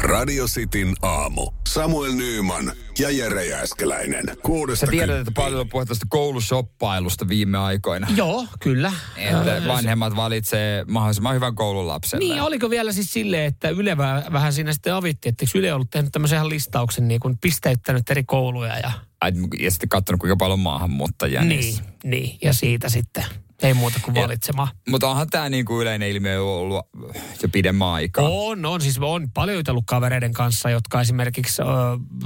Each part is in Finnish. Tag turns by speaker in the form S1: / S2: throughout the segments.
S1: Radio Cityn aamu. Samuel Nyyman ja Jere Jääskeläinen. Kuudesta
S2: Sä tiedät, että
S1: kymppiin.
S2: paljon on puhetta tästä koulusoppailusta viime aikoina.
S3: Joo, kyllä. Äh,
S2: Että vanhemmat valitsee mahdollisimman hyvän koulun lapselle.
S3: Niin, oliko vielä siis silleen, että Yle vähän, vähän siinä sitten avitti, että eikö Yle ollut tehnyt tämmöisen ihan listauksen, niin kuin pisteyttänyt eri kouluja ja
S2: Ai, Ja sitten katsonut, kuinka paljon on maahanmuuttajia. niissä.
S3: niin, niin, ja siitä sitten ei muuta kuin
S2: Ja-
S3: valitsemaan.
S2: Mutta onhan tämä niinku yleinen ilmiö ollut jo pidemmän aikaa.
S3: On, on. Siis on paljon jutellut kavereiden kanssa, jotka esimerkiksi ö,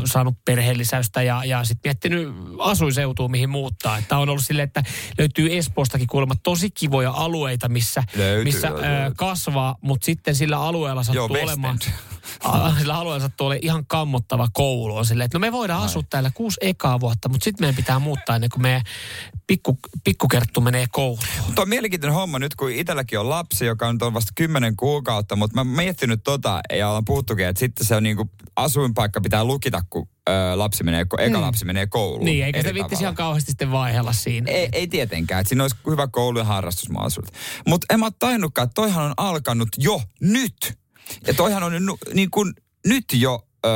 S3: saanut perheellisäystä ja, ja sitten miettinyt asuiseutua, mihin muuttaa. Että on ollut silleen, että löytyy Espoostakin kuulemma tosi kivoja alueita, missä,
S2: Löytyy,
S3: missä
S2: joo,
S3: ö,
S2: löytyy.
S3: kasvaa, mutta sitten sillä alueella sattuu
S2: Joo, West
S3: olemaan...
S2: End.
S3: Ah, Sillä alueella sattuu olemaan ihan kammottava koulu. On silleen, että no me voidaan asua täällä kuusi ekaa vuotta, mutta sitten meidän pitää muuttaa ennen kuin meidän pikku, pikkukerttu menee kouluun.
S2: Tuo on mielenkiintoinen homma nyt, kun itselläkin on lapsi, joka nyt on vasta 10 kuukautta, mutta mä oon miettinyt tota ja ollaan puhuttukin, että sitten se on niinku asuinpaikka pitää lukita, kun ö, lapsi menee, kun eka lapsi menee kouluun.
S3: Niin, eikä
S2: eri
S3: sitä viittisi
S2: tavalla.
S3: ihan kauheasti sitten vaihella siinä.
S2: Ei, ei tietenkään, että siinä olisi hyvä koulu ja harrastusmahdollisuudet. Mutta en mä ole tajunnutkaan, että toihan on alkanut jo nyt. Ja toihan on nu, niin kuin nyt jo ö,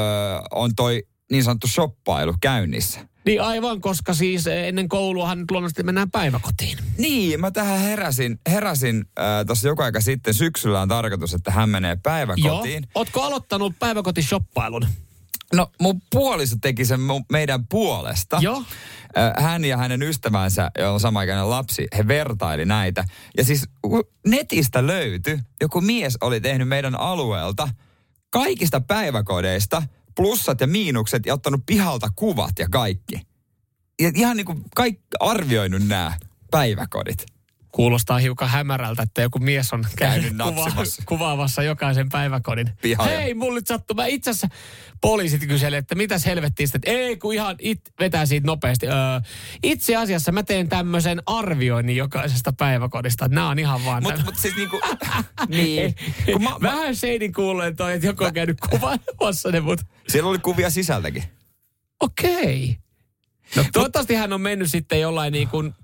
S2: on toi niin sanottu shoppailu käynnissä.
S3: Niin aivan, koska siis ennen kouluahan nyt luonnollisesti mennään päiväkotiin.
S2: Niin, mä tähän heräsin, heräsin äh, tuossa joku aika sitten. Syksyllä on tarkoitus, että hän menee päiväkotiin.
S3: Joo. Ootko aloittanut päiväkotishoppailun?
S2: No mun puoliso teki sen mun, meidän puolesta.
S3: Joo.
S2: Ö, Hän ja hänen ystävänsä, jolla on samaikäinen lapsi, he vertaili näitä. Ja siis u- netistä löytyi, joku mies oli tehnyt meidän alueelta kaikista päiväkodeista plussat ja miinukset ja ottanut pihalta kuvat ja kaikki. Ja ihan niin kuin kaikki arvioinut nämä päiväkodit.
S3: Kuulostaa hiukan hämärältä, että joku mies on käynyt
S2: Käynyt
S3: kuva-
S2: napsimassa.
S3: kuvaamassa jokaisen päiväkodin.
S2: Pihalle.
S3: Hei, mulla nyt sattuu. Mä itse asiassa poliisit kyseli, että mitäs helvettiä sitten. Ei, kun ihan it, vetää siitä nopeasti. Öö, itse asiassa mä teen tämmöisen arvioinnin jokaisesta päiväkodista. Nämä on ihan vaan...
S2: Mutta
S3: täm-
S2: mut siis niinku... niin. Kun mä, mä,
S3: Vähän seidin kuulee toi, että joku on käynyt kuvaamassa ne, mutta...
S2: siellä oli kuvia sisältäkin.
S3: Okei. No, toivottavasti hän on mennyt sitten jollain niin kuin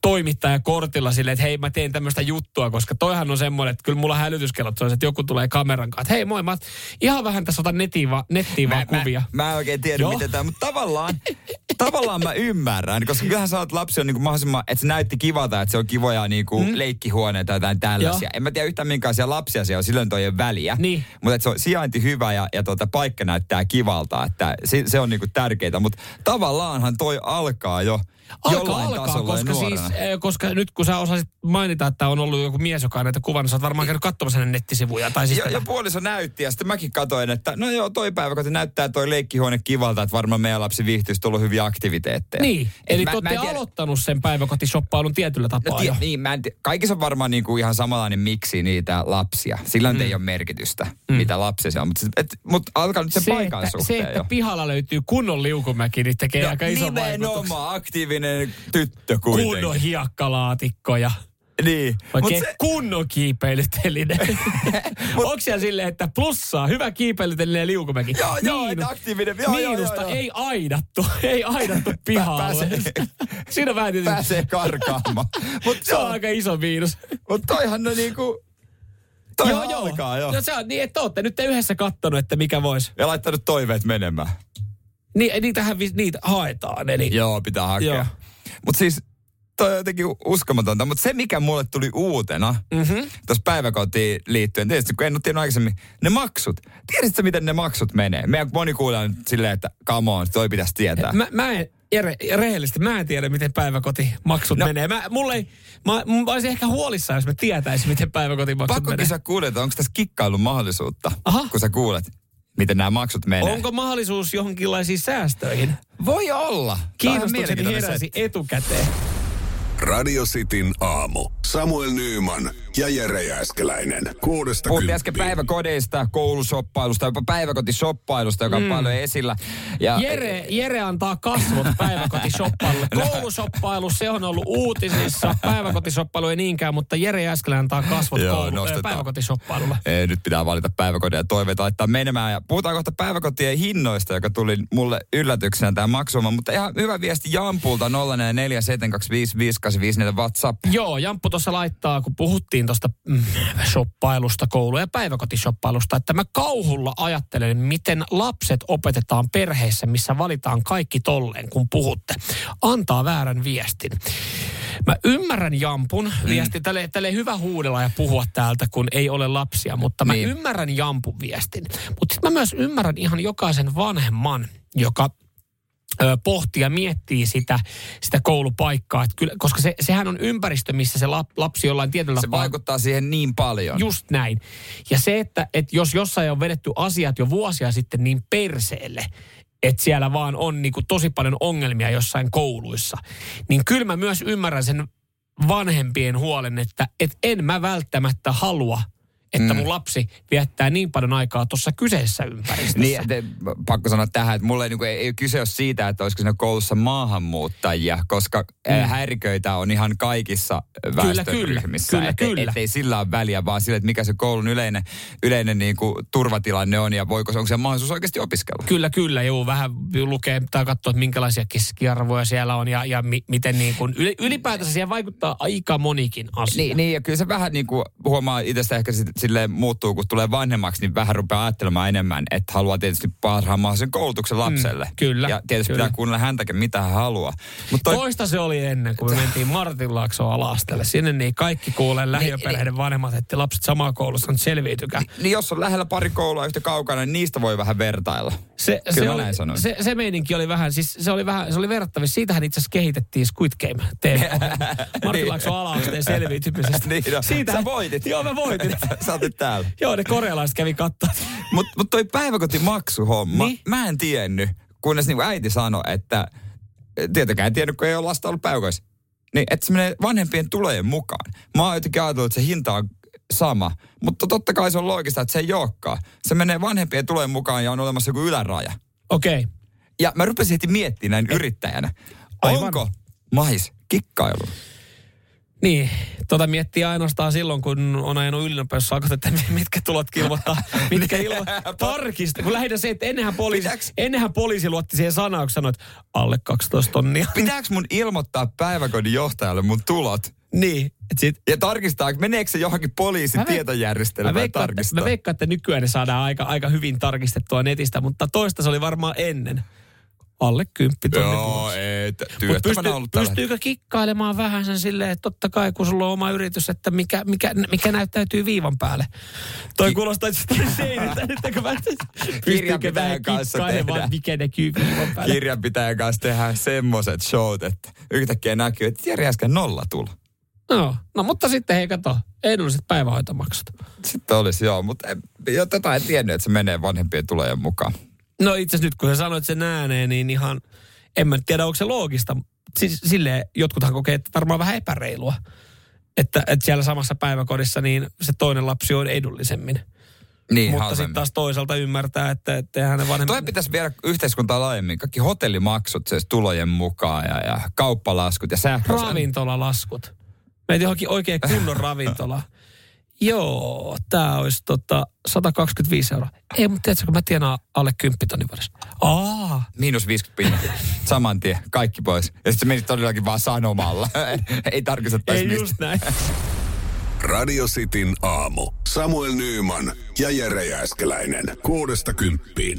S3: toimittajakortilla silleen, että hei mä teen tämmöistä juttua, koska toihan on semmoinen, että kyllä mulla hälytyskellot soi, että joku tulee kameran kanssa, että hei moi, mä oot- ihan vähän tässä otan nettiin, va- nettiin vaan kuvia.
S2: Mä, mä en oikein tiedä,
S3: Joo.
S2: miten tämä, mutta tavallaan, tavallaan mä ymmärrän, koska kyllähän sä oot lapsi on niinku mahdollisimman, että se näytti kivalta, että se on kivoja niinku mm. leikkihuoneita tai jotain tällaisia.
S3: Joo.
S2: En mä tiedä yhtään minkälaisia lapsia se on, silloin toi ei ole väliä.
S3: Niin.
S2: Mutta että se on sijainti hyvä ja, ja tuota, paikka näyttää kivalta, että se, se on niinku tärkeää. Mutta tavallaanhan toi alkaa jo
S3: Alkaa,
S2: jollain
S3: alkaa,
S2: tasolla ja
S3: koska, siis,
S2: nuorena.
S3: eh, koska nyt kun sä osasit mainita, että on ollut joku mies, joka on näitä kuvannut, sä oot
S2: Niin.
S3: varmaan käynyt katsomassa hänen nettisivuja. Tai siis
S2: Ja, ja puoliso näytti ja sitten mäkin katoin, että no joo, toi päiväkoti näyttää toi leikkihuone kivalta, että varmaan meidän lapsi viihtyisi, tullut hyviä aktiviteetteja.
S3: Niin, eli
S2: mä-
S3: te
S2: mä
S3: olette
S2: en tiedä-
S3: aloittanut sen päiväkotishoppailun tietyllä
S2: No,
S3: tapaa
S2: tie,
S3: jo.
S2: niin, mä en tie, kaikissa on varmaan niinku ihan samanlainen miksi niitä lapsia. Sillä mm. ei ole merkitystä, mm. mitä lapsia se on. Mutta mut alkaa nyt sen se, paikan
S3: että, se,
S2: suhteen
S3: että
S2: jo.
S3: pihalla löytyy kunnon liukumäki, niin tekee no, aika ison vaikutuksen.
S2: nimenomaan aktiivinen tyttö kuitenkin.
S3: kunnon hiekkalaatikko ja
S2: Niin. Mut
S3: oikein
S2: se,
S3: kunnon kiipeilyteline. Onko siellä silleen, että plussaa, hyvä kiipeilyteline ja liukumäki?
S2: Joo, joo, että aktiivinen, joo, joo, joo,
S3: miinusta
S2: joo.
S3: ei aidattu, ei aidattu pihaa.
S2: pääsee-
S3: Siinä on vähän tietysti,
S2: pääsee karkaamaan. Mutta
S3: se on aika iso miinus.
S2: mut toihan no niinku... Toihan joo, alkaa jo.
S3: No se on niin, että olette nyt yhdessä kattonut, että mikä voisi.
S2: Ja laittanut toiveet menemään.
S3: Niin, niitähän vi- niitä haetaan, eli...
S2: Joo, pitää hakea.
S3: Joo.
S2: Mutta siis toi on jotenkin u- uskomatonta. Mutta se, mikä mulle tuli uutena mm-hmm. tuossa päiväkotiin liittyen, tietysti kun en ole tiennyt aikaisemmin, ne maksut. Tiedätkö, miten ne maksut menee? Meidän moni kuulee nyt silleen, että come on, toi pitäisi tietää.
S3: Mä, mä en, Jere, rehellisesti, mä en tiedä, miten päiväkotimaksut no. menee. Mä, mulle ei, mä, mä olisin ehkä huolissaan, jos mä tietäisin, miten päiväkotimaksut menee.
S2: Pakkokin sä kuulet, että onko tässä kikkailun mahdollisuutta,
S3: Aha.
S2: kun sä kuulet, miten nämä maksut menee.
S3: Onko mahdollisuus johonkinlaisiin säästöihin?
S2: Voi olla. Tää on ihan
S3: Kiinnostuksen
S2: mielenkiintoinen
S3: heräsi
S2: setti.
S3: etukäteen.
S1: Radio Cityn aamu. Samuel Nyyman ja Jere Jääskeläinen. Kuudesta
S2: Puhuttiin äsken
S1: kymppiin.
S2: päiväkodeista, koulusoppailusta, jopa päiväkotisoppailusta, joka on paljon esillä. Ja
S3: Mm. Jere, Jere antaa kasvot päiväkotishoppailulle.
S2: No.
S3: Koulusoppailu, se on ollut uutisissa. Päiväkotishoppailu ei niinkään, mutta Jere äsken antaa kasvot
S2: Joo,
S3: koulu-
S2: nostetaan.
S3: ö, päiväkotishoppailulle.
S2: Ei, nyt pitää valita päiväkodeja ja toiveita laittaa menemään. Ja puhutaan kohta päiväkotien hinnoista, joka tuli mulle yllätyksenä tämä maksuma. Mutta ihan hyvä viesti Jampulta 0447255854 WhatsApp.
S3: Joo, Jamppu tuossa laittaa, kun puhuttiin tuosta mm, shoppailusta, koulu- ja päiväkotishoppailusta, että mä kauhulla ajattelen, miten lapset opetetaan perheissä, missä valitaan kaikki tolleen, kun puhutte. Antaa väärän viestin. Mä ymmärrän Jampun viestin. Tälle, tälle hyvä huudella ja puhua täältä, kun ei ole lapsia, mutta mä
S2: Niin.
S3: ymmärrän Jampun viestin. Mutta sitten mä myös ymmärrän ihan jokaisen vanhemman, joka ö, pohtii ja miettii sitä, sitä koulupaikkaa. Et kyllä, koska se, sehän on ympäristö, missä se lap, lapsi jollain tietyllä
S2: Se vaikuttaa siihen niin paljon.
S3: Just näin. Ja se, että, että jos jossain on vedetty asiat jo vuosia sitten niin perseelle, että siellä vaan on niin kuin tosi paljon ongelmia jossain kouluissa, niin kyllä mä myös ymmärrän sen vanhempien huolen, että, että en mä välttämättä halua, että
S2: Mm.
S3: mun lapsi viettää niin paljon aikaa tuossa kyseisessä ympäristössä.
S2: Niin, te, pakko sanoa tähän, että mulle ei, niin kuin, ei, ei ole kyse ole siitä, että olisiko siinä koulussa maahanmuuttajia, koska mm. häiriköitä on ihan kaikissa
S3: kyllä,
S2: väestöryhmissä.
S3: kyllä,
S2: Ettei-
S3: kyllä.
S2: Ettei sillä ole väliä, vaan sillä, että mikä se koulun yleinen, yleinen niin kuin, turvatilanne on ja voiko se, onko se mahdollisuus oikeasti opiskella.
S3: Kyllä, kyllä. Joo, vähän lukee tai katsoa, että minkälaisia keskiarvoja siellä on ja, ja mi, miten niin kuin, yli- ylipäätänsä siihen vaikuttaa aika monikin asia.
S2: Niin, niin, ja kyllä se vähän niin kuin huomaa itsestä ehkä sit, silleen muuttuu, kun tulee vanhemmaksi, niin vähän rupeaa ajattelemaan enemmän, että haluaa tietysti parhaan mahdollisen koulutuksen lapselle.
S3: Mm, kyllä,
S2: Ja tietysti
S3: kyllä.
S2: pitää kuunnella häntäkin, mitä hän haluaa. Mutta
S3: Toi... Toista se oli ennen, kun me mentiin Martinlaaksoon alastelle. Sinne niin kaikki kuulee lähiöperheiden vanhemmat, että lapset samaa koulusta nyt selviytykää.
S2: Niin jos on lähellä pari koulua yhtä kaukana, niin niistä voi vähän vertailla.
S3: Se,
S2: Kyllä
S3: se,
S2: mä
S3: oli,
S2: näin sanoin.
S3: se, se meininki oli vähän, siis se oli vähän, se oli verrattavissa. Siitähän itse asiassa kehitettiin Squid Game tv Martinlaakson ala-asteen selviytymisestä.
S2: niin, no,
S3: Siitä-
S2: Sä voitit.
S3: Joo, mä voitin.
S2: sä oot nyt täällä.
S3: Joo, ne korealaiset kävi kattaa.
S2: Mutta mut toi päiväkotimaksuhomma,
S3: Niin.
S2: niin? mä en tiennyt, kunnes niinku äiti sanoi, että tietenkään en tiennyt, kun ei ole lasta ollut päiväkoissa. Niin, että se menee vanhempien tulojen mukaan. Mä oon jotenkin ajatellut, että se hinta on sama. Mutta totta kai se on loogista, että se ei olekaan. Se menee vanhempien tulojen mukaan ja on olemassa joku yläraja.
S3: Okei. Okay.
S2: Ja mä rupesin heti miettimään näin yrittäjänä.
S3: Aivan.
S2: Onko mahis kikkailu?
S3: Niin, tota miettii ainoastaan silloin, kun on ajanut ylinopeussakot, että mitkä tulot ilmoittaa, mitkä ilmo... Tarkista, kun lähinnä se, että ennenhän poliisi,
S2: Pitääks-
S3: ennenhän poliisi luotti siihen sanaan, kun sanoi, että alle 12 tonnia.
S2: Pitääkö mun ilmoittaa päiväkodin johtajalle mun tulot?
S3: niin, et sit...
S2: Ja tarkistaa, meneekö se johonkin poliisin
S3: Mä ve-
S2: tietojärjestelmään
S3: Mä veikkaan, että,
S2: tarkistaa?
S3: mä veikkaan, että nykyään ne saadaan aika, aika hyvin tarkistettua netistä, mutta toista se oli varmaan ennen. Alle 10 tonnia.
S2: Joo, ei. t-
S3: Mut
S2: Työttömänä
S3: pystyy,
S2: ollut tällä
S3: pystyykö kikkailemaan vähän sen silleen, että totta kai kun sulla on oma yritys, että mikä, mikä, mikä näyttäytyy viivan päälle. Toi Ki- kuulostaa itse asiassa seiniltä, että kun mä pystyykö vähän
S2: Kirjanpitäjän kanssa
S3: kikkailemaan,
S2: tehdään.
S3: mikä näkyy viivan päälle.
S2: kirjanpitäjän kanssa tehdään semmoset showt, että yhtäkkiä näkyy, että Jari äsken nolla tulla.
S3: no, no, mutta sitten hei kato, edulliset päivähoitomaksut.
S2: Sitten olisi joo, mutta en, jo, tätä en tiennyt, että se menee vanhempien tulojen mukaan.
S3: No itse asiassa nyt kun sä sanoit sen ääneen, niin ihan, en mä nyt tiedä onko se loogista. Siis silleen jotkuthan kokee, että varmaan vähän epäreilua. Että, että siellä samassa päiväkodissa niin se toinen lapsi on edullisemmin.
S2: Niin,
S3: Mutta
S2: halvemmin.
S3: sitten taas toisaalta ymmärtää, että, että hänen vanhemmat...
S2: Toi pitäisi viedä yhteiskuntaa laajemmin. Kaikki hotellimaksut siis tulojen mukaan ja, ja kauppalaskut ja sähköt.
S3: Ravintolalaskut. Meitä johonkin oikein kunnon ravintola. Joo, tää olisi tota 125 euroa. Ei, mutta tiedätkö, kun mä tienaan alle 10 tonnin vuodessa. Aa,
S2: Miinus 50 pinnaa. Saman tien, kaikki pois. Ja sitten menit todellakin vaan sanomalla. ei tarkistettaisi
S3: ei
S2: mistä.
S3: just näin.
S1: Radio Cityn aamu. Samuel Nyyman ja Jere Jääskeläinen. Kuudesta kymppiin.